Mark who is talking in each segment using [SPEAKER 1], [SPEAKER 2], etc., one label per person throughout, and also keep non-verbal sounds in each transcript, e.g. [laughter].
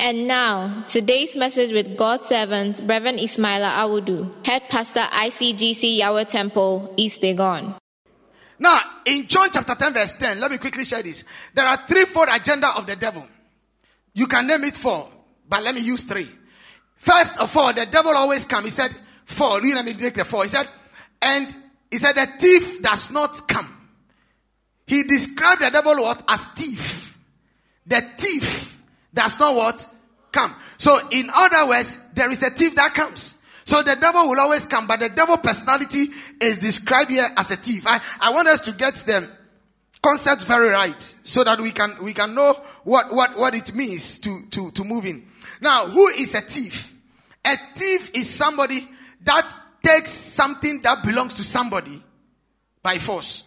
[SPEAKER 1] And now, today's message with God's servant, Reverend Ismaila Awudu, head pastor ICGC Yahweh Temple, East Dagon.
[SPEAKER 2] Now, in John chapter 10, verse 10, let me quickly share this. There are threefold agenda of the devil. You can name it four, but let me use three. First of all, the devil always come. He said, four. You let me make the four. He said, and he said, the thief does not come. He described the devil what? As thief. The thief does not what? Come. So in other words, there is a thief that comes. So the devil will always come, but the devil personality is described here as a thief. I, I want us to get the concept very right so that we can we can know what, what, what it means to, to, to move in. Now, who is a thief? A thief is somebody that takes something that belongs to somebody by force.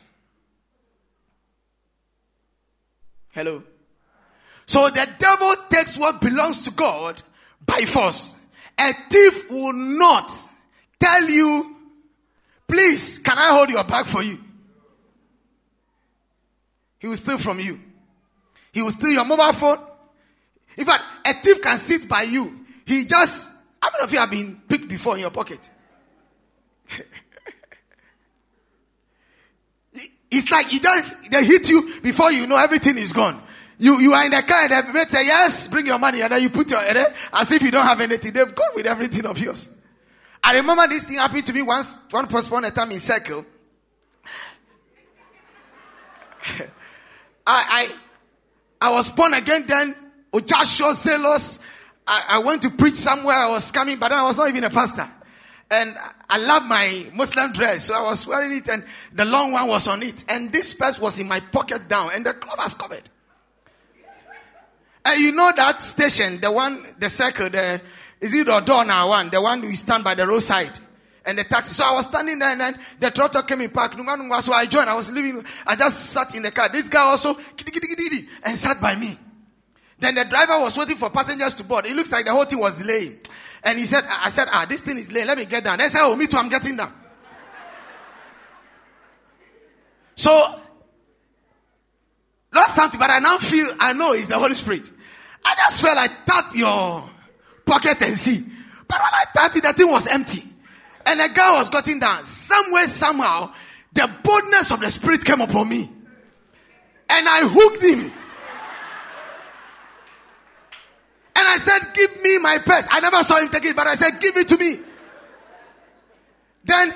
[SPEAKER 2] Hello. So the devil takes what belongs to God by force. A thief will not tell you, please, can I hold your bag for you? He will steal from you. He will steal your mobile phone. In fact, a thief can sit by you. He just, how many of you have been picked before in your pocket? it's like you just, they hit you before you know everything is gone. You you are in the car and the mate say, Yes, bring your money. And then you put your head as if you don't have anything. They've gone with everything of yours. I remember this thing happened to me once, one person one time in circle. [laughs] I, I I was born again then, Ujasho Zelos. I, I went to preach somewhere, I was coming, but then I was not even a pastor. And I love my Muslim dress, so I was wearing it, and the long one was on it. And this purse was in my pocket down, and the cloth was covered. And Eh, you know that station, the one, the circle, the is it Odona one, the one we stand by the roadside and the taxi. So I was standing there and then the tractor came in park. So I joined. I was leaving. I just sat in the car. This guy also and sat by me. Then the driver was waiting for passengers to board. It looks like the whole thing was delaying. And he said, I said, ah, this thing is late. Let me get down. They said, oh, me too. I'm getting down. So, not something, but I now feel, I know it's the Holy Spirit. I just felt like tap your pocket and see. But when I tapped it, the thing was empty. And the guy was getting down. Somewhere, somehow, the boldness of the spirit came upon me. And I hooked him. And I said, Give me my purse. I never saw him take it, but I said, Give it to me. Then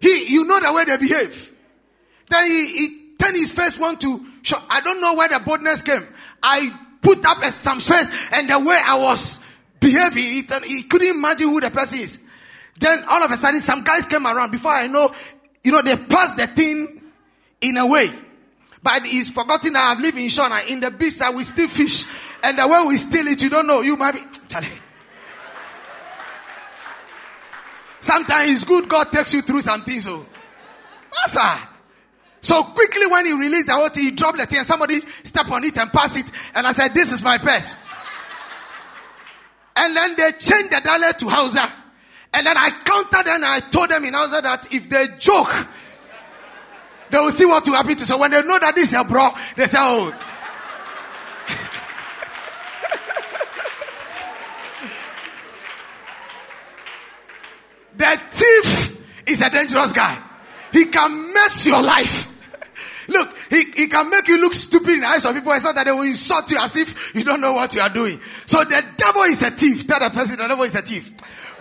[SPEAKER 2] he, you know the way they behave. Then he, he turned his face one to show. I don't know where the boldness came. I put up a, some face and the way I was behaving, he, he, couldn't imagine who the person is. Then all of a sudden, some guys came around. Before I know, you know, they passed the thing in a way. But he's forgotten that I've lived in Shona. In the beach, I will still fish. And the way we steal it, you don't know. You might be. Charlie. Sometimes it's good God takes you through some things. Oh, Master. So quickly, when he released the whole thing, he dropped the thing, and somebody stepped on it and passed it. And I said, "This is my purse." and then they changed the dialect to Hausa. And then I counted and I told them in Hausa that if they joke, they will see what will happen to. So when they know that this is a bro, they say, "Oh." the thief is a dangerous guy. He can mess your life. [laughs] Look, he, he can make you look stupid in the eyes of people. It's not that they will insult you as if you don't know what you are doing. So the devil is a thief. Tell the person the devil is a thief.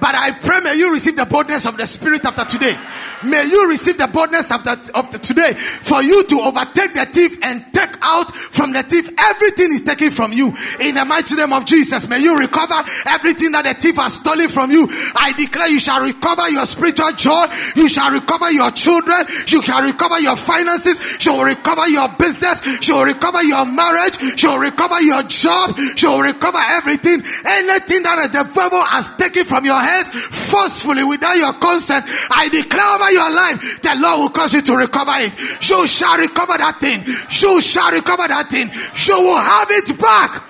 [SPEAKER 2] But I pray may you receive the boldness of the spirit after today. May you receive the boldness of, that, of the today for you to overtake the thief and take out from the thief everything is taken from you. In the mighty name of Jesus, may you recover everything that the thief has stolen from you. I declare you shall recover your spiritual joy, you shall recover your children, you shall recover your finances, you will recover your business, you will recover your marriage, you will recover your job, you will recover everything. Anything that the devil has taken from your hands forcefully without your consent, I declare over your life, the Lord will cause you to recover it. You shall recover that thing. You shall recover that thing. You will have it back.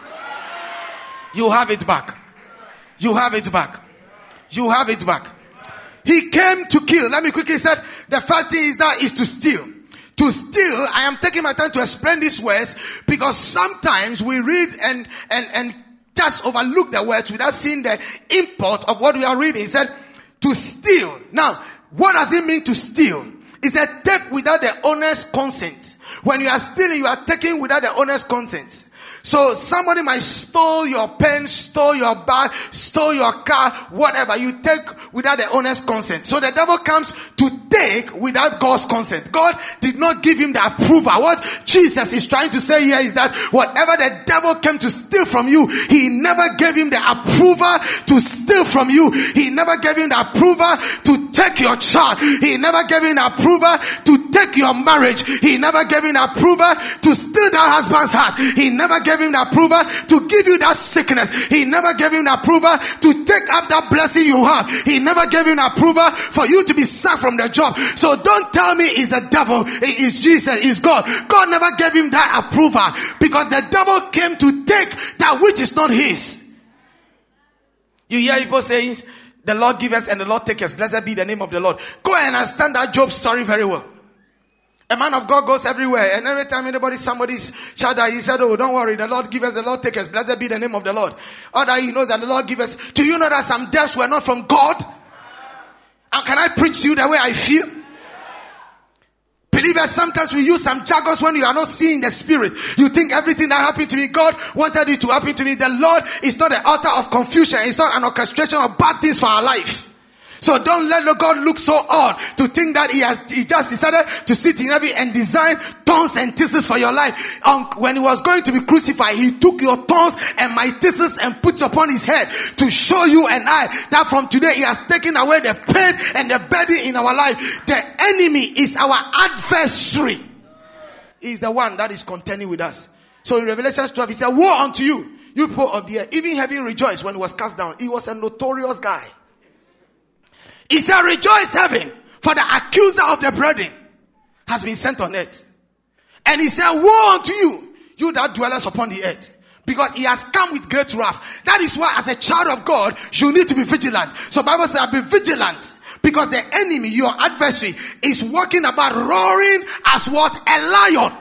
[SPEAKER 2] You have it back. You have it back. You have it back. He came to kill. Let me quickly say the first thing is that is to steal. To steal, I am taking my time to explain these words because sometimes we read and and and just overlook the words without seeing the import of what we are reading. He said, to steal. Now, what does it mean to steal? It's a take without the owner's consent. When you are stealing, you are taking without the owner's consent. So somebody might stole your pen, stole your bag, stole your car, whatever. You take without the owner's consent. So the devil comes to take without God's consent. God did not give him the approval. What Jesus is trying to say here is that whatever the devil came to steal from you, he never gave him the approval to steal from you. He never gave him the approval to take your child. He never gave him the approval to take your marriage. He never gave him the approval to steal that husband's heart. He never gave gave him the approval to give you that sickness. He never gave him the approval to take up that blessing you have. He never gave him the approval for you to be sacked from the job. So don't tell me it's the devil, it is Jesus, it's God. God never gave him that approval because the devil came to take that which is not his. You hear people saying, the Lord give us and the Lord take us. Blessed be the name of the Lord. Go and understand that Job story very well. A man of God goes everywhere, and every time anybody, somebody's child died, he said, Oh, don't worry, the Lord give us, the Lord take us. Blessed be the name of the Lord. Or that he knows that the Lord give us. Do you know that some deaths were not from God? And can I preach to you the way I feel? Believers, sometimes we use some jargon when you are not seeing the spirit. You think everything that happened to me, God wanted it to happen to me. The Lord is not the author of confusion, it's not an orchestration of bad things for our life. So don't let the God look so odd to think that he has he just decided to sit in heaven and design thorns and thistles for your life. Um, when he was going to be crucified, he took your thorns and my thistles and put it upon his head to show you and I that from today he has taken away the pain and the burden in our life. The enemy is our adversary. He is the one that is contending with us. So in Revelation 12, he said, Woe unto you, you people of the earth. Even heaven rejoiced when he was cast down. He was a notorious guy. He said, Rejoice, heaven, for the accuser of the brethren has been sent on earth. And he said, Woe unto you, you that dwellers upon the earth. Because he has come with great wrath. That is why, as a child of God, you need to be vigilant. So Bible says, Be vigilant. Because the enemy, your adversary, is walking about roaring as what? A lion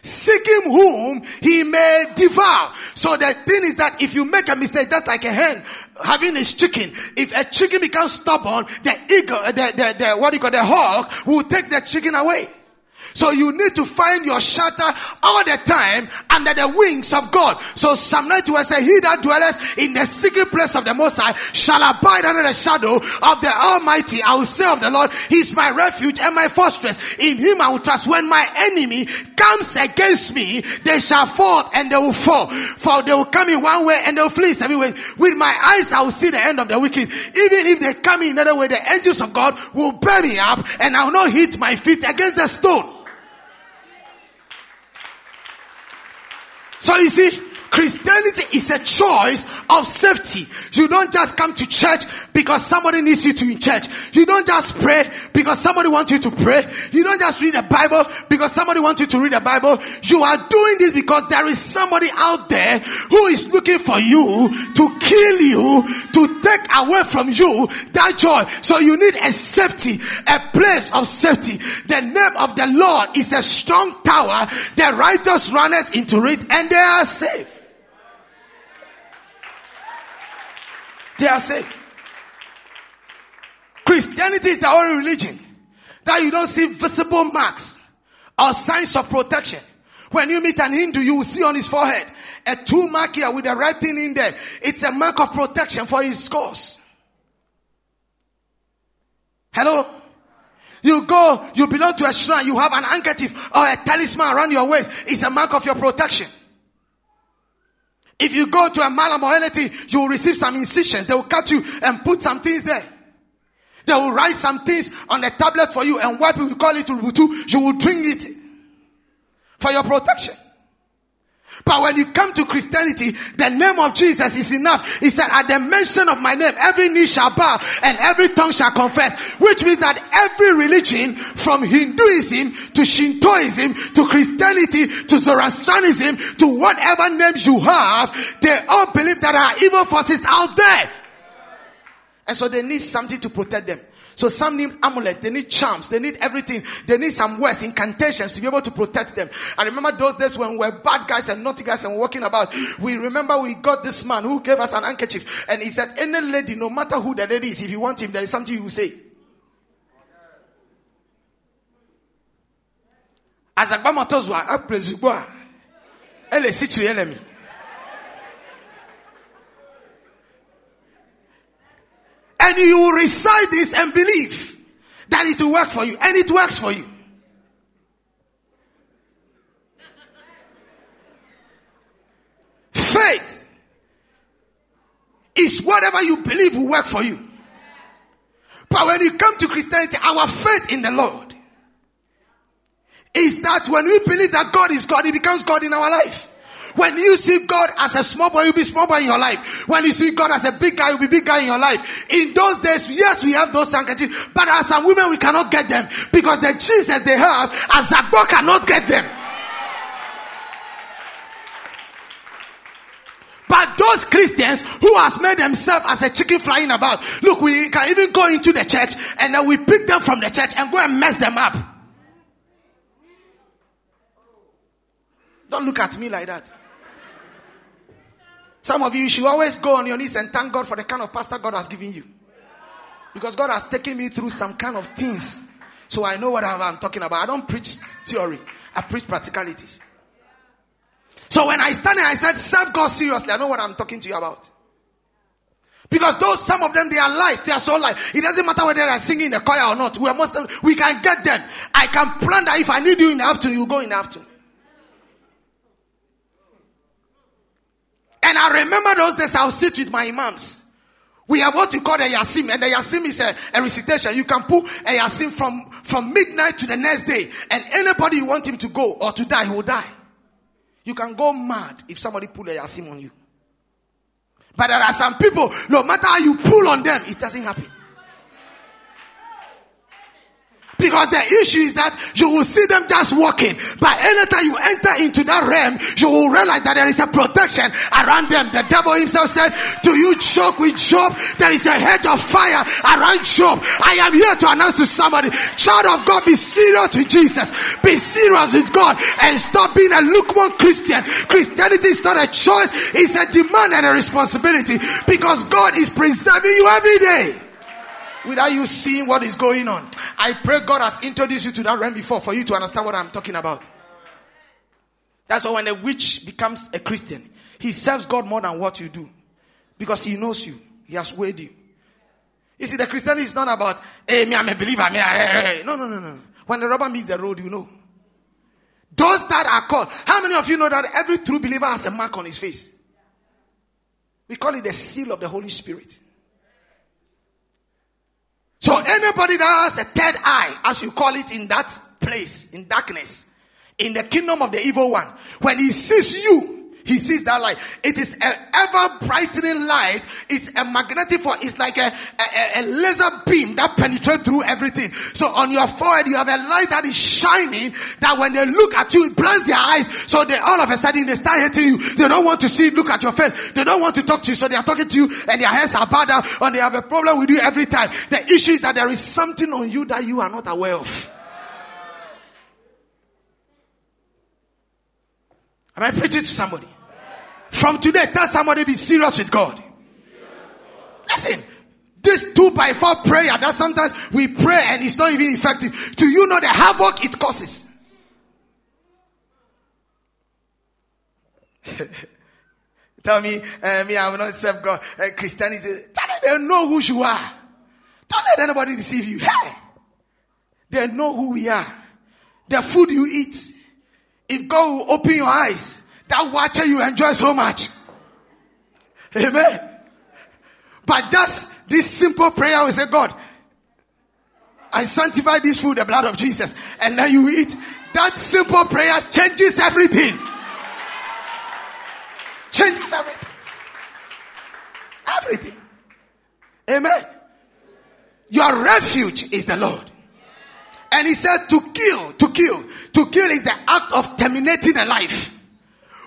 [SPEAKER 2] seeking whom he may devour. So the thing is that if you make a mistake, just like a hen having his chicken, if a chicken becomes stubborn, the eagle, the, the, the what do you call the hawk will take the chicken away. So you need to find your shelter all the time under the wings of God. So Psalm 91 says, He that dwelleth in the secret place of the Most High shall abide under the shadow of the Almighty. I will say of the Lord, He is my refuge and my fortress. In Him I will trust. When my enemy comes against me, they shall fall and they will fall. For they will come in one way and they will flee seven ways. With my eyes I will see the end of the wicked. Even if they come in another way, the angels of God will bear me up and I will not hit my feet against the stone. So you see, Christianity is a choice of safety. You don't just come to church because somebody needs you to in church. You don't just pray because somebody wants you to pray. You don't just read the Bible because somebody wants you to read the Bible. You are doing this because there is somebody out there who is looking for you to kill you, to take away from you that joy. So you need a safety, a place of safety. The name of the Lord is a strong tower. The righteous runners into it and they are safe. They are safe. Christianity is the only religion that you don't see visible marks or signs of protection. When you meet an Hindu, you will see on his forehead a two mark here with the right thing in there. It's a mark of protection for his cause. Hello? You go, you belong to a shrine, you have an handkerchief or a talisman around your waist. It's a mark of your protection. If you go to a malam or anything, you will receive some incisions. They will cut you and put some things there. They will write some things on a tablet for you and wipe it. We call it rubutu. You will drink it for your protection. But when you come to Christianity, the name of Jesus is enough. He said, at the mention of my name, every knee shall bow and every tongue shall confess, which means that every religion from Hinduism to Shintoism to Christianity to Zoroastrianism to whatever names you have, they all believe there are evil forces out there. And so they need something to protect them. So some need amulets, they need charms, they need everything. They need some words, incantations to be able to protect them. I remember those days when we were bad guys and naughty guys and walking about. We remember we got this man who gave us an handkerchief and he said, any lady, no matter who the lady is, if you want him, there is something you will say. Azagbamotozwa, aprezugboa, ele situ enemy. And you will recite this and believe that it will work for you. And it works for you. Faith is whatever you believe will work for you. But when you come to Christianity, our faith in the Lord is that when we believe that God is God, He becomes God in our life. When you see God as a small boy, you'll be small boy in your life. When you see God as a big guy, you'll be big guy in your life. In those days, yes, we have those handkerchiefs, but as some women, we cannot get them because the Jesus they have, as a boy cannot get them. But those Christians who has made themselves as a chicken flying about, look, we can even go into the church and then we pick them from the church and go and mess them up. Don't look at me like that. Some of you, you should always go on your knees and thank God for the kind of pastor God has given you. Because God has taken me through some kind of things. So I know what I'm talking about. I don't preach theory, I preach practicalities. So when I stand there, I said, serve God seriously. I know what I'm talking to you about. Because those, some of them, they are light. They are so light. It doesn't matter whether they are singing in the choir or not. We, are most, we can get them. I can plan that if I need you in the afternoon, you go in the afternoon. And I remember those days I'll sit with my imams. We have what we call a yasim, and the yasim is a, a recitation. You can pull a yasim from, from midnight to the next day, and anybody you want him to go or to die, he will die. You can go mad if somebody pull a yasim on you. But there are some people, no matter how you pull on them, it doesn't happen. Because the issue is that you will see them just walking. But anytime you enter into that realm, you will realize that there is a protection around them. The devil himself said, Do you joke with Job? There is a hedge of fire around Job. I am here to announce to somebody, child of God, be serious with Jesus. Be serious with God and stop being a lukewarm Christian. Christianity is not a choice, it's a demand and a responsibility because God is preserving you every day without you seeing what is going on. I pray God has introduced you to that realm before for you to understand what I'm talking about. That's why when a witch becomes a Christian, he serves God more than what you do because he knows you, he has weighed you. You see, the Christianity is not about, hey, me, I'm a believer. Me, I, No, no, no, no. When the rubber meets the road, you know. Those that are called, how many of you know that every true believer has a mark on his face? We call it the seal of the Holy Spirit. So anybody that has a third eye, as you call it in that place, in darkness, in the kingdom of the evil one, when he sees you, he sees that light. It is an ever brightening light. It's a magnetic force. It's like a, a, a laser beam that penetrates through everything. So on your forehead, you have a light that is shining that when they look at you, it blinds their eyes. So they all of a sudden, they start hating you. They don't want to see, look at your face. They don't want to talk to you. So they are talking to you and their heads are bowed down and they have a problem with you every time. The issue is that there is something on you that you are not aware of. Am I preaching to somebody? From today, tell somebody be serious with God. Listen, this two by four prayer that sometimes we pray and it's not even effective. Do you know the havoc it causes? [laughs] tell me, uh, me, I will not serve God. Uh, Christianity, don't let them know who you are. Don't let anybody deceive you. Hey! They know who we are. The food you eat. If God will open your eyes, that watcher you enjoy so much. Amen. But just this simple prayer we say, God, I sanctify this food, the blood of Jesus, and then you eat. That simple prayer changes everything. Changes everything. Everything. Amen. Your refuge is the Lord. And he said to kill, to kill, to kill is the act of terminating a life.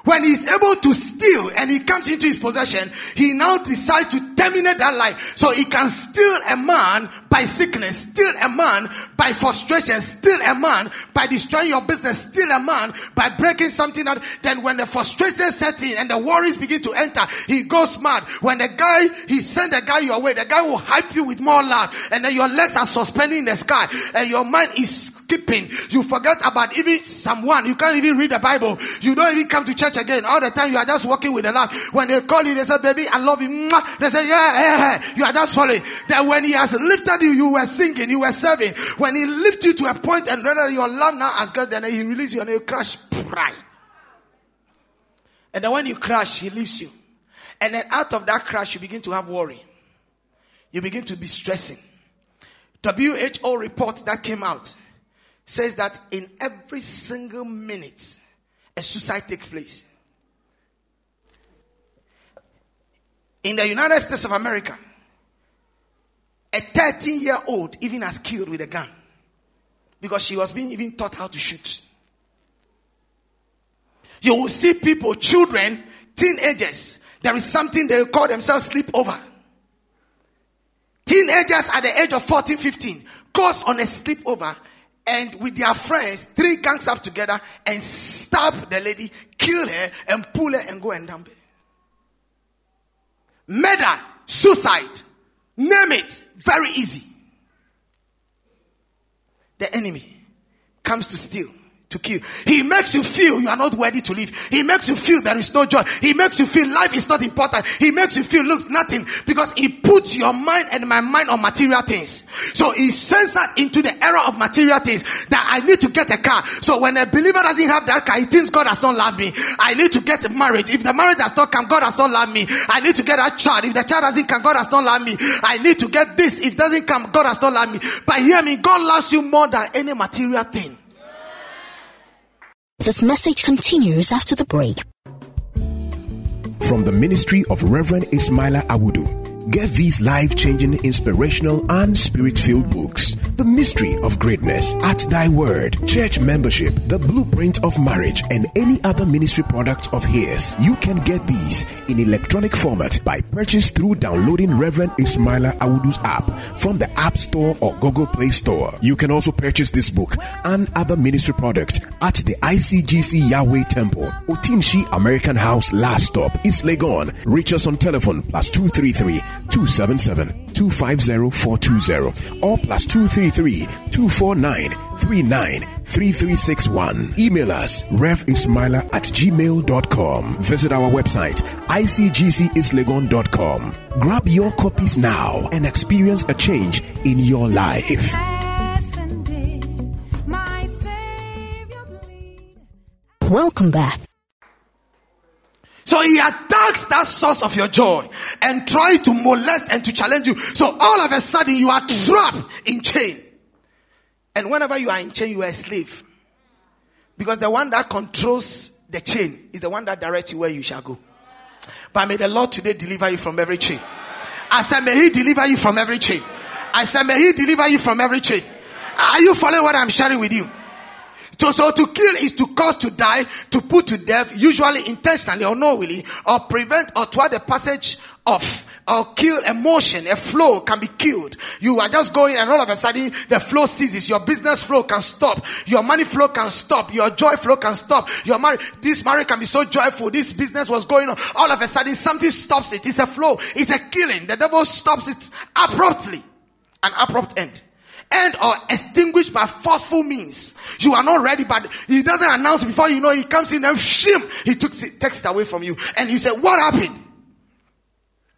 [SPEAKER 2] When he's able to steal and he comes into his possession, he now decides to terminate that life. So he can steal a man by sickness, steal a man by frustration, steal a man by destroying your business, steal a man by breaking something that then when the frustration sets in and the worries begin to enter, he goes mad. When the guy, he send the guy your way, the guy will hype you with more love and then your legs are suspended in the sky and your mind is skipping. You forget about even someone. You can't even read the Bible. You don't even come to church again. All the time you are just walking with the Lord. When they call you, they say, baby, I love you. Mwah. They say, yeah, yeah, yeah. You are just following. That when he has lifted you, you were singing, you were serving. When he lifts you to a point and rather your love now as God, then he releases you and you crash. Pride. And then when you crash, he leaves you. And then out of that crash, you begin to have worry. You begin to be stressing. WHO report that came out says that in every single minute, a suicide takes place. In the United States of America, a 13 year old even has killed with a gun because she was being even taught how to shoot. You will see people, children, teenagers, there is something they call themselves sleepover. Teenagers at the age of 14, 15, goes on a sleepover and with their friends, three gangs up together and stab the lady, kill her, and pull her and go and dump her. Murder, suicide, name it, very easy. The enemy comes to steal. To kill. He makes you feel you are not worthy to live. He makes you feel there is no joy. He makes you feel life is not important. He makes you feel looks nothing because he puts your mind and my mind on material things. So he sends us into the era of material things that I need to get a car. So when a believer doesn't have that car, he thinks God has not loved me. I need to get a marriage. If the marriage has not come, God has not loved me. I need to get a child. If the child doesn't come, God has not loved me. I need to get this. If it doesn't come, God has not loved me. But hear me, God loves you more than any material thing.
[SPEAKER 3] This message continues after the break.
[SPEAKER 4] From the ministry of Reverend Ismaila Awudu, get these life changing, inspirational, and spirit filled books The Mystery of Greatness, At Thy Word, Church Membership, The Blueprint of Marriage, and any other ministry product of his. You can get these in electronic format by purchase through downloading Reverend Ismaila Awudu's app from the App Store or Google Play Store. You can also purchase this book and other ministry products at the ICGC Yahweh Temple, Otinshi American House, last stop, East Legon. Reach us on telephone plus 233 277 250420 or plus 233 249 393361. Email us revismaila at gmail.com. Visit our website icgcislegon.com. Grab your copies now and experience a change in your life.
[SPEAKER 3] Welcome back.
[SPEAKER 2] So he attacks that source of your joy and try to molest and to challenge you. So all of a sudden you are trapped in chain. And whenever you are in chain, you are a slave. Because the one that controls the chain is the one that directs you where you shall go. But may the Lord today deliver you from every chain. I said, may he deliver you from every chain. I said, may he deliver you from every chain. Are you following what I'm sharing with you? So, so to kill is to cause to die, to put to death, usually intentionally or knowingly, or prevent or thwart the passage of or kill a motion, a flow can be killed. You are just going and all of a sudden the flow ceases. Your business flow can stop. Your money flow can stop. Your joy flow can stop. Your marriage, this marriage can be so joyful. This business was going on. All of a sudden something stops it. It's a flow. It's a killing. The devil stops it abruptly. An abrupt end end or extinguished by forceful means. You are not ready, but he doesn't announce before you know he comes in and shim, he took it, takes it away from you. And you say, What happened?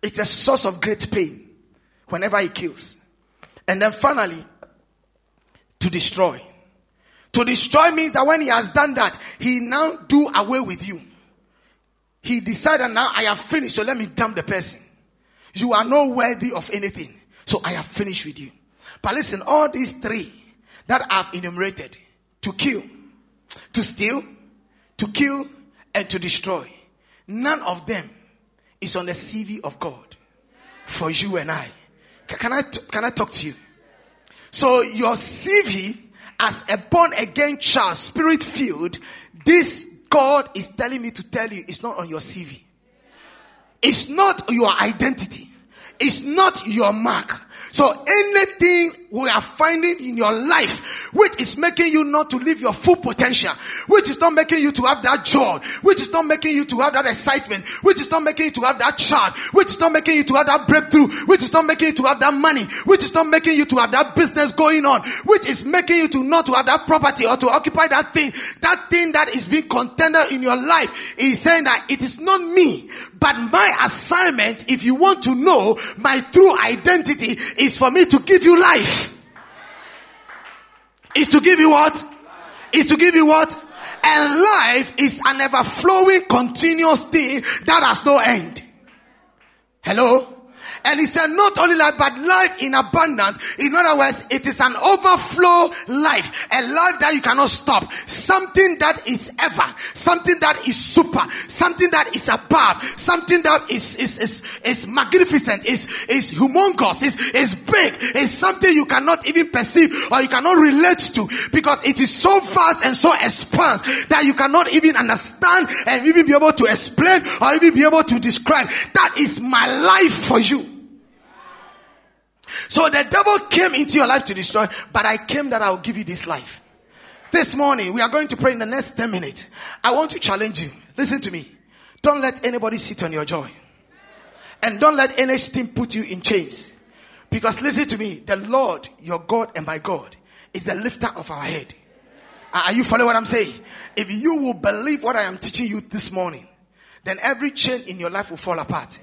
[SPEAKER 2] It's a source of great pain whenever he kills. And then finally, to destroy. To destroy means that when he has done that, he now do away with you. He decided now I have finished, so let me dump the person. You are not worthy of anything, so I have finished with you. But listen, all these three that I've enumerated to kill, to steal, to kill, and to destroy, none of them is on the CV of God for you and I. Ca- Can I, t- can I talk to you? So your CV as a born again child, spirit filled, this God is telling me to tell you, it's not on your CV. It's not your identity. It's not your mark. So anything we are finding in your life, which is making you not to live your full potential, which is not making you to have that joy, which is not making you to have that excitement, which is not making you to have that child, which is not making you to have that breakthrough, which is not making you to have that money, which is not making you to have that business going on, which is making you to not to have that property or to occupy that thing, that thing that is being contended in your life is saying that it is not me, but my assignment, if you want to know my true identity, is for me to give you life. Is to give you what? Is to give you what? And life is an ever flowing, continuous thing that has no end. Hello? And he said, not only life, but life in abundance. In other words, it is an overflow life, a life that you cannot stop. Something that is ever, something that is super, something that is above, something that is, is, is, is magnificent, is, is humongous, is, is big, is something you cannot even perceive or you cannot relate to because it is so vast and so expanse that you cannot even understand and even be able to explain or even be able to describe. That is my life for you. So the devil came into your life to destroy, but I came that I'll give you this life. This morning, we are going to pray in the next 10 minutes. I want to challenge you. Listen to me. Don't let anybody sit on your joy. And don't let anything put you in chains. Because listen to me, the Lord, your God and my God, is the lifter of our head. Are are you following what I'm saying? If you will believe what I am teaching you this morning, then every chain in your life will fall apart.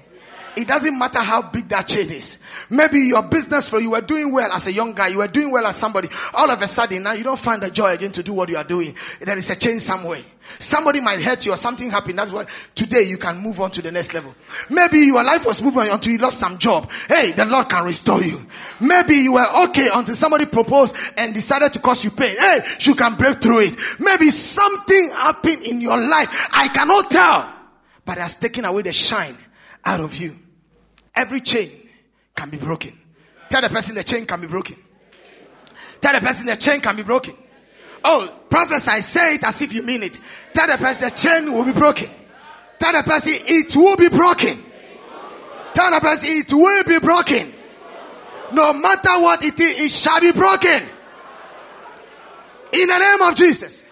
[SPEAKER 2] It doesn't matter how big that chain is. Maybe your business for you were doing well as a young guy, you were doing well as somebody. All of a sudden, now you don't find the joy again to do what you are doing. There is a chain somewhere. Somebody might hurt you or something happened. That's why today you can move on to the next level. Maybe your life was moving until you lost some job. Hey, the Lord can restore you. Maybe you were okay until somebody proposed and decided to cause you pain. Hey, you can break through it. Maybe something happened in your life. I cannot tell, but it has taken away the shine out of you. Every chain can be broken. Tell the person the chain can be broken. Tell the person the chain can be broken. Oh, prophesy, say it as if you mean it. Tell the person the chain will be broken. Tell the person it will be broken. Tell the person it will be broken. No matter what it is, it shall be broken. In the name of Jesus.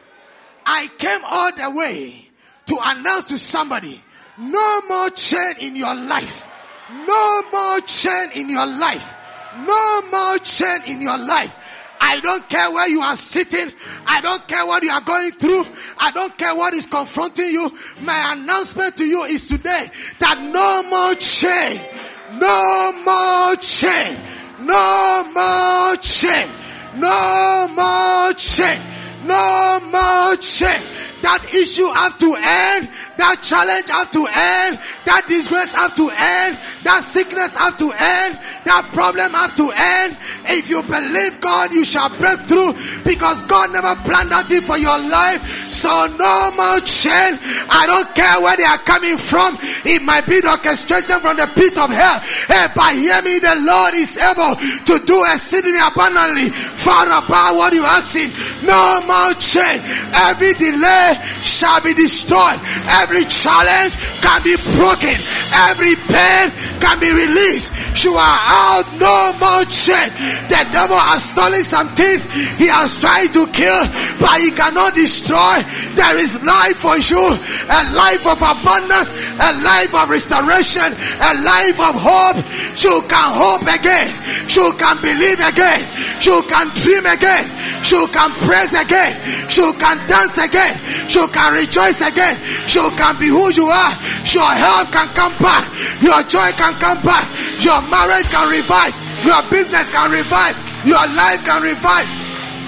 [SPEAKER 2] I came all the way to announce to somebody no more chain in your life. No more chain in your life. No more chain in your life. I don't care where you are sitting. I don't care what you are going through. I don't care what is confronting you. My announcement to you is today that no more chain. No more chain. No more chain. No more chain. No more change. That issue have to end. That challenge have to end. That disgrace have to end. That sickness have to end. That problem have to end. If you believe God, you shall break through because God never planned that thing for your life. So no more chain. I don't care where they are coming from. It might be the orchestration from the pit of hell. Hey, but hear me, the Lord is able to do exceedingly abundantly far above what you ask him. No more chain. Every delay shall be destroyed. Every challenge can be broken. Every pain can be released. You are out. No more chain. The devil has stolen some things. He has tried to kill, but he cannot destroy. There is life for you. A life of abundance. A life of restoration. A life of hope. You can hope again. You can believe again. You can dream again. You can praise again. You can dance again. You can rejoice again. You can be who you are. Your health can come back. Your joy can come back. Your marriage can revive. Your business can revive. Your life can revive.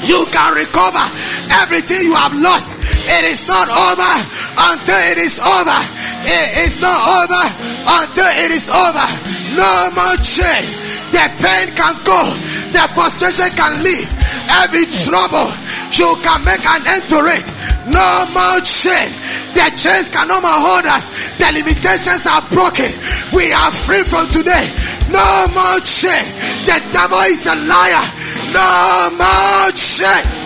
[SPEAKER 2] You can recover everything you have lost. It is not over until it is over. It is not over until it is over. No more chain. The pain can go. The frustration can leave. Every trouble, you can make an end to it. No more chain. The chains can no more hold us. The limitations are broken. We are free from today. No more chain. The devil is a liar. No more chain.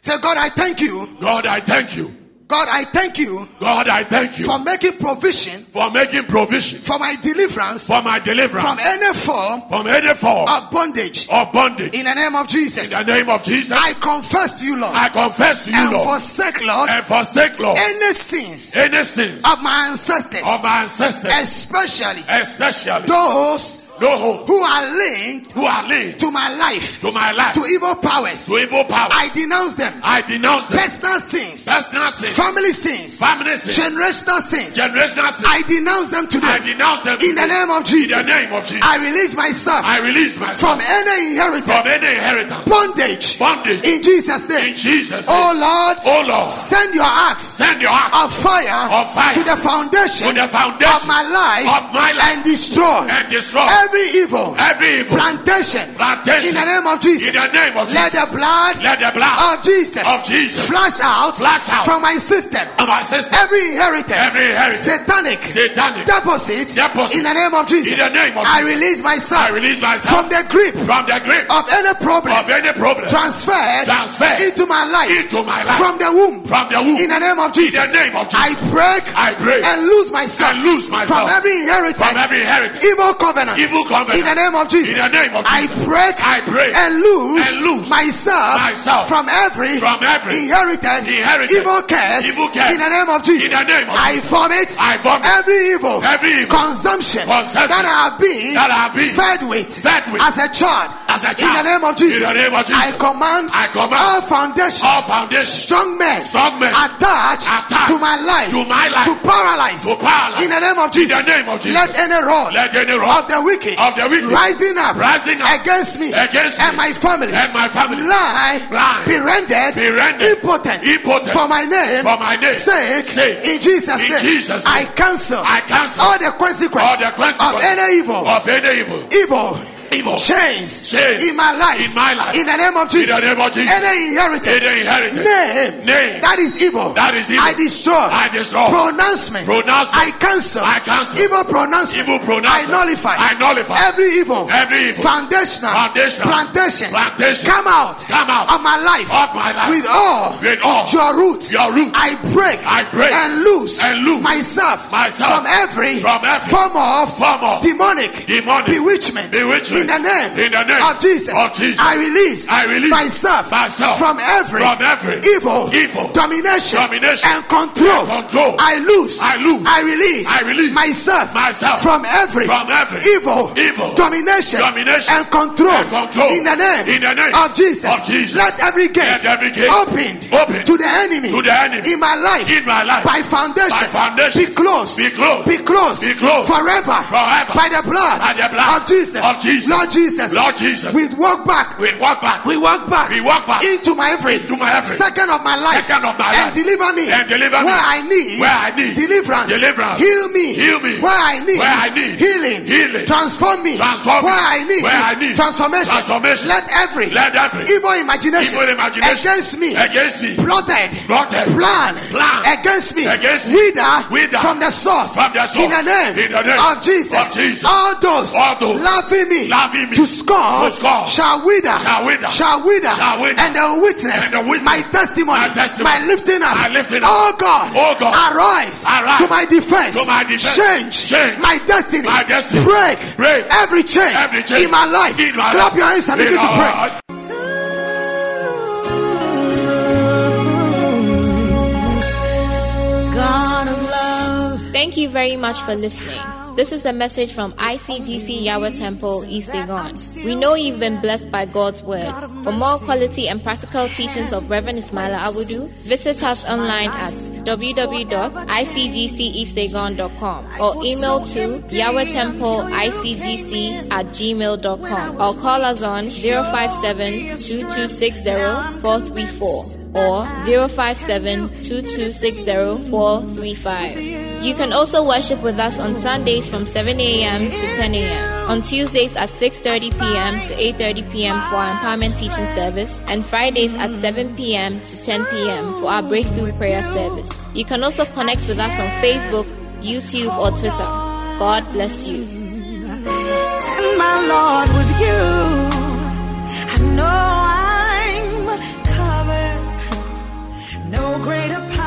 [SPEAKER 2] Say, God, I thank you.
[SPEAKER 5] God, I thank you.
[SPEAKER 2] God, I thank you
[SPEAKER 5] God, I thank you
[SPEAKER 2] for making provision
[SPEAKER 5] for making provision
[SPEAKER 2] for my deliverance
[SPEAKER 5] for my deliverance
[SPEAKER 2] from
[SPEAKER 5] from,
[SPEAKER 2] any form
[SPEAKER 5] any form
[SPEAKER 2] of bondage.
[SPEAKER 5] of bondage.
[SPEAKER 2] In the name of
[SPEAKER 5] In
[SPEAKER 2] Jesus,
[SPEAKER 5] the name of Jesus,
[SPEAKER 2] I
[SPEAKER 5] I,
[SPEAKER 2] confess to you, Lord,
[SPEAKER 5] confess to you,
[SPEAKER 2] and
[SPEAKER 5] Lord,
[SPEAKER 2] forsake, Lord,
[SPEAKER 5] and forsake, Lord,
[SPEAKER 2] any sins
[SPEAKER 5] any sins
[SPEAKER 2] of my ancestors,
[SPEAKER 5] of my ancestors,
[SPEAKER 2] especially
[SPEAKER 5] especially
[SPEAKER 2] those
[SPEAKER 5] those
[SPEAKER 2] who are linked
[SPEAKER 5] who are linked
[SPEAKER 2] to my life,
[SPEAKER 5] to my life,
[SPEAKER 2] to evil powers.
[SPEAKER 5] to evil power.
[SPEAKER 2] I denounce them.
[SPEAKER 5] I denounce them.
[SPEAKER 2] Personal sins,
[SPEAKER 5] Personal sins,
[SPEAKER 2] family sins,
[SPEAKER 5] family sins,
[SPEAKER 2] generational sins.
[SPEAKER 5] generational sins.
[SPEAKER 2] I denounce them
[SPEAKER 5] I
[SPEAKER 2] today.
[SPEAKER 5] denounce them
[SPEAKER 2] In the name of
[SPEAKER 5] In
[SPEAKER 2] Jesus,
[SPEAKER 5] the name of Jesus,
[SPEAKER 2] I release myself
[SPEAKER 5] I release myself
[SPEAKER 2] from any inheritance,
[SPEAKER 5] from any inheritance,
[SPEAKER 2] bondage,
[SPEAKER 5] bondage.
[SPEAKER 2] in Jesus'
[SPEAKER 5] in
[SPEAKER 2] name.
[SPEAKER 5] Jesus' name.
[SPEAKER 2] Oh Lord,
[SPEAKER 5] Oh Lord,
[SPEAKER 2] send your axe
[SPEAKER 5] send your axe
[SPEAKER 2] of fire,
[SPEAKER 5] Of fire.
[SPEAKER 2] to the foundation,
[SPEAKER 5] To the foundation
[SPEAKER 2] of my life,
[SPEAKER 5] of my life
[SPEAKER 2] and destroy
[SPEAKER 5] and destroy
[SPEAKER 2] every evil
[SPEAKER 5] every evil
[SPEAKER 2] plantation,
[SPEAKER 5] plantation
[SPEAKER 2] in the name of Jesus.
[SPEAKER 5] In the name of
[SPEAKER 2] Let the blood
[SPEAKER 5] Let the blood
[SPEAKER 2] of Jesus,
[SPEAKER 5] of Jesus
[SPEAKER 2] flash out,
[SPEAKER 5] flash out
[SPEAKER 2] from my system
[SPEAKER 5] of our system,
[SPEAKER 2] every inheritance,
[SPEAKER 5] Every inheritance.
[SPEAKER 2] satanic,
[SPEAKER 5] Satanic
[SPEAKER 2] deposit,
[SPEAKER 5] deposit
[SPEAKER 2] in the name of Jesus.
[SPEAKER 5] In the name of
[SPEAKER 2] I
[SPEAKER 5] Jesus.
[SPEAKER 2] release myself,
[SPEAKER 5] I release myself
[SPEAKER 2] from the grip
[SPEAKER 5] from the grip
[SPEAKER 2] of any problem
[SPEAKER 5] of any problem
[SPEAKER 2] transferred,
[SPEAKER 5] Transferred
[SPEAKER 2] into my life
[SPEAKER 5] into my life
[SPEAKER 2] from the womb.
[SPEAKER 5] from the womb.
[SPEAKER 2] in the name of
[SPEAKER 5] In the
[SPEAKER 2] Jesus,
[SPEAKER 5] name of Jesus.
[SPEAKER 2] I break,
[SPEAKER 5] I break
[SPEAKER 2] and lose myself,
[SPEAKER 5] and lose
[SPEAKER 2] from
[SPEAKER 5] myself
[SPEAKER 2] every inheritance,
[SPEAKER 5] from every inheritance,
[SPEAKER 2] evil covenant,
[SPEAKER 5] Evil covenant.
[SPEAKER 2] In the name of Jesus,
[SPEAKER 5] In the name of
[SPEAKER 2] I
[SPEAKER 5] Jesus.
[SPEAKER 2] break,
[SPEAKER 5] I break
[SPEAKER 2] and lose,
[SPEAKER 5] and lose
[SPEAKER 2] myself,
[SPEAKER 5] myself
[SPEAKER 2] from every,
[SPEAKER 5] from every
[SPEAKER 2] inheritance,
[SPEAKER 5] inheritance,
[SPEAKER 2] evil curse,
[SPEAKER 5] evil curse.
[SPEAKER 2] In the name of Jesus,
[SPEAKER 5] In the name of
[SPEAKER 2] I
[SPEAKER 5] Jesus.
[SPEAKER 2] vomit,
[SPEAKER 5] I vomit
[SPEAKER 2] every evil,
[SPEAKER 5] every evil
[SPEAKER 2] consumption,
[SPEAKER 5] consumption
[SPEAKER 2] that I have been,
[SPEAKER 5] that I have been
[SPEAKER 2] fed with,
[SPEAKER 5] fed with
[SPEAKER 2] as a child,
[SPEAKER 5] as a
[SPEAKER 2] In the
[SPEAKER 5] child.
[SPEAKER 2] name of Jesus,
[SPEAKER 5] In the name of Jesus.
[SPEAKER 2] I command,
[SPEAKER 5] I command
[SPEAKER 2] all foundation,
[SPEAKER 5] all foundation
[SPEAKER 2] strong men,
[SPEAKER 5] Strong men
[SPEAKER 2] attached,
[SPEAKER 5] attached
[SPEAKER 2] to my life,
[SPEAKER 5] to my life,
[SPEAKER 2] to paralyze,
[SPEAKER 5] to paralyze.
[SPEAKER 2] in the name of
[SPEAKER 5] In
[SPEAKER 2] Jesus,
[SPEAKER 5] the name of Jesus.
[SPEAKER 2] let any rod,
[SPEAKER 5] Let any rod
[SPEAKER 2] of the wicked,
[SPEAKER 5] of the wicked
[SPEAKER 2] rising up,
[SPEAKER 5] rising up
[SPEAKER 2] against me,
[SPEAKER 5] against
[SPEAKER 2] and
[SPEAKER 5] me
[SPEAKER 2] my family,
[SPEAKER 5] and my family
[SPEAKER 2] lie,
[SPEAKER 5] Lie.
[SPEAKER 2] be rendered,
[SPEAKER 5] Be rendered
[SPEAKER 2] impotent,
[SPEAKER 5] impotent
[SPEAKER 2] for my name,
[SPEAKER 5] for my name
[SPEAKER 2] sake,
[SPEAKER 5] sake,
[SPEAKER 2] in Jesus'
[SPEAKER 5] in
[SPEAKER 2] name,
[SPEAKER 5] Jesus'
[SPEAKER 2] I
[SPEAKER 5] name,
[SPEAKER 2] cancel,
[SPEAKER 5] I cancel
[SPEAKER 2] all the consequences,
[SPEAKER 5] all the
[SPEAKER 2] of
[SPEAKER 5] consequences
[SPEAKER 2] any evil,
[SPEAKER 5] of any evil
[SPEAKER 2] evil.
[SPEAKER 5] Evil.
[SPEAKER 2] Chains,
[SPEAKER 5] Chains.
[SPEAKER 2] in my life,
[SPEAKER 5] In my life.
[SPEAKER 2] in the name of
[SPEAKER 5] In
[SPEAKER 2] Jesus,
[SPEAKER 5] the name of Jesus.
[SPEAKER 2] any inheritance,
[SPEAKER 5] Any inheritance.
[SPEAKER 2] name,
[SPEAKER 5] Name.
[SPEAKER 2] that is evil,
[SPEAKER 5] That is evil.
[SPEAKER 2] I destroy,
[SPEAKER 5] I destroy.
[SPEAKER 2] pronouncement,
[SPEAKER 5] Pronouncement.
[SPEAKER 2] I cancel,
[SPEAKER 5] I cancel.
[SPEAKER 2] evil pronouncement,
[SPEAKER 5] Evil pronouncement.
[SPEAKER 2] I nullify,
[SPEAKER 5] I nullify.
[SPEAKER 2] every evil,
[SPEAKER 5] Every evil.
[SPEAKER 2] foundational,
[SPEAKER 5] Foundational.
[SPEAKER 2] plantations,
[SPEAKER 5] Plantations.
[SPEAKER 2] come out,
[SPEAKER 5] Come out.
[SPEAKER 2] of my life,
[SPEAKER 5] Of my life.
[SPEAKER 2] with all,
[SPEAKER 5] With all.
[SPEAKER 2] your roots,
[SPEAKER 5] Your roots.
[SPEAKER 2] I break,
[SPEAKER 5] I break.
[SPEAKER 2] and lose,
[SPEAKER 5] And lose.
[SPEAKER 2] myself,
[SPEAKER 5] Myself.
[SPEAKER 2] from every,
[SPEAKER 5] From every.
[SPEAKER 2] form of,
[SPEAKER 5] Form of.
[SPEAKER 2] demonic,
[SPEAKER 5] Demonic.
[SPEAKER 2] bewitchment,
[SPEAKER 5] Bewitchment.
[SPEAKER 2] in the name,
[SPEAKER 5] In the name
[SPEAKER 2] of Jesus,
[SPEAKER 5] of Jesus.
[SPEAKER 2] I release,
[SPEAKER 5] I release
[SPEAKER 2] myself,
[SPEAKER 5] myself
[SPEAKER 2] from every,
[SPEAKER 5] from every
[SPEAKER 2] evil,
[SPEAKER 5] evil
[SPEAKER 2] domination,
[SPEAKER 5] domination
[SPEAKER 2] and control.
[SPEAKER 5] and control.
[SPEAKER 2] I lose,
[SPEAKER 5] I lose.
[SPEAKER 2] I release,
[SPEAKER 5] I release
[SPEAKER 2] myself,
[SPEAKER 5] myself
[SPEAKER 2] from every,
[SPEAKER 5] from every
[SPEAKER 2] evil,
[SPEAKER 5] evil
[SPEAKER 2] domination,
[SPEAKER 5] domination
[SPEAKER 2] and control.
[SPEAKER 5] and control.
[SPEAKER 2] in the name,
[SPEAKER 5] In the name
[SPEAKER 2] of Jesus.
[SPEAKER 5] of Jesus.
[SPEAKER 2] Let every gate,
[SPEAKER 5] Let every gate
[SPEAKER 2] opened,
[SPEAKER 5] opened
[SPEAKER 2] to the enemy,
[SPEAKER 5] to the enemy
[SPEAKER 2] in my life,
[SPEAKER 5] in my life
[SPEAKER 2] by foundations,
[SPEAKER 5] by foundations
[SPEAKER 2] be closed,
[SPEAKER 5] be closed,
[SPEAKER 2] be closed,
[SPEAKER 5] be closed
[SPEAKER 2] forever,
[SPEAKER 5] forever
[SPEAKER 2] by the blood,
[SPEAKER 5] by the blood
[SPEAKER 2] of Jesus,
[SPEAKER 5] of Jesus.
[SPEAKER 2] Lord Jesus,
[SPEAKER 5] Lord Jesus.
[SPEAKER 2] we walk back,
[SPEAKER 5] We walk back.
[SPEAKER 2] we walk back,
[SPEAKER 5] We walk back
[SPEAKER 2] into my every,
[SPEAKER 5] into my every
[SPEAKER 2] second of my life,
[SPEAKER 5] second of my
[SPEAKER 2] and
[SPEAKER 5] life.
[SPEAKER 2] deliver me,
[SPEAKER 5] And deliver
[SPEAKER 2] where
[SPEAKER 5] me.
[SPEAKER 2] I need,
[SPEAKER 5] Where I need
[SPEAKER 2] deliverance,
[SPEAKER 5] deliverance.
[SPEAKER 2] heal me,
[SPEAKER 5] Heal me.
[SPEAKER 2] where I need,
[SPEAKER 5] Where I need
[SPEAKER 2] healing,
[SPEAKER 5] healing.
[SPEAKER 2] transform me,
[SPEAKER 5] Transform me.
[SPEAKER 2] where I need,
[SPEAKER 5] Where I need
[SPEAKER 2] transformation,
[SPEAKER 5] transformation.
[SPEAKER 2] let every,
[SPEAKER 5] Let every
[SPEAKER 2] evil imagination,
[SPEAKER 5] evil imagination
[SPEAKER 2] against me,
[SPEAKER 5] against me
[SPEAKER 2] plotted,
[SPEAKER 5] Plotted.
[SPEAKER 2] plan,
[SPEAKER 5] Plan.
[SPEAKER 2] against me,
[SPEAKER 5] Against me.
[SPEAKER 2] wither,
[SPEAKER 5] Wither.
[SPEAKER 2] from the source,
[SPEAKER 5] From the source.
[SPEAKER 2] in the name,
[SPEAKER 5] In the name
[SPEAKER 2] of, Jesus.
[SPEAKER 5] of Jesus.
[SPEAKER 2] all those,
[SPEAKER 5] All those
[SPEAKER 2] laughing me,
[SPEAKER 5] laughing me
[SPEAKER 2] to scorn,
[SPEAKER 5] to scorn
[SPEAKER 2] shall wither,
[SPEAKER 5] shall wither.
[SPEAKER 2] shall wither,
[SPEAKER 5] Shall wither.
[SPEAKER 2] and the witness,
[SPEAKER 5] And the witness.
[SPEAKER 2] my testimony,
[SPEAKER 5] My testimony.
[SPEAKER 2] lifting up,
[SPEAKER 5] My lifting up.
[SPEAKER 2] oh God,
[SPEAKER 5] Oh God.
[SPEAKER 2] arise,
[SPEAKER 5] Arise.
[SPEAKER 2] to my defense,
[SPEAKER 5] To my defense.
[SPEAKER 2] change,
[SPEAKER 5] Change.
[SPEAKER 2] my destiny,
[SPEAKER 5] My destiny.
[SPEAKER 2] break,
[SPEAKER 5] Break.
[SPEAKER 2] every chain,
[SPEAKER 5] Every chain.
[SPEAKER 2] in my life,
[SPEAKER 5] In my
[SPEAKER 2] clap
[SPEAKER 5] life.
[SPEAKER 2] your hands and
[SPEAKER 5] In
[SPEAKER 2] begin to
[SPEAKER 5] our
[SPEAKER 2] pray.
[SPEAKER 5] heart.
[SPEAKER 6] God of love,
[SPEAKER 1] Thank you very much for listening. This is a message from ICGC Yahweh Temple, East Dagon. We know you've been blessed by God's Word. For more quality and practical teachings of Reverend Ismaila Awudu, visit us online at www.icgceastegon.com or email to yahwehtemple.icgc at gmail.com or call us on 057 2260 434 or 057 2260 435. You can also worship with us on Sundays from 7 a.m. to 10 a.m., on Tuesdays at 6.30 p.m. to 8.30 p.m. for our empowerment teaching service, and Fridays at 7 p.m. to 10 p.m. for our breakthrough prayer service. You can also connect with us on Facebook, YouTube, or Twitter. God bless you.
[SPEAKER 6] And my Lord, with you, I know I'm covered. No greater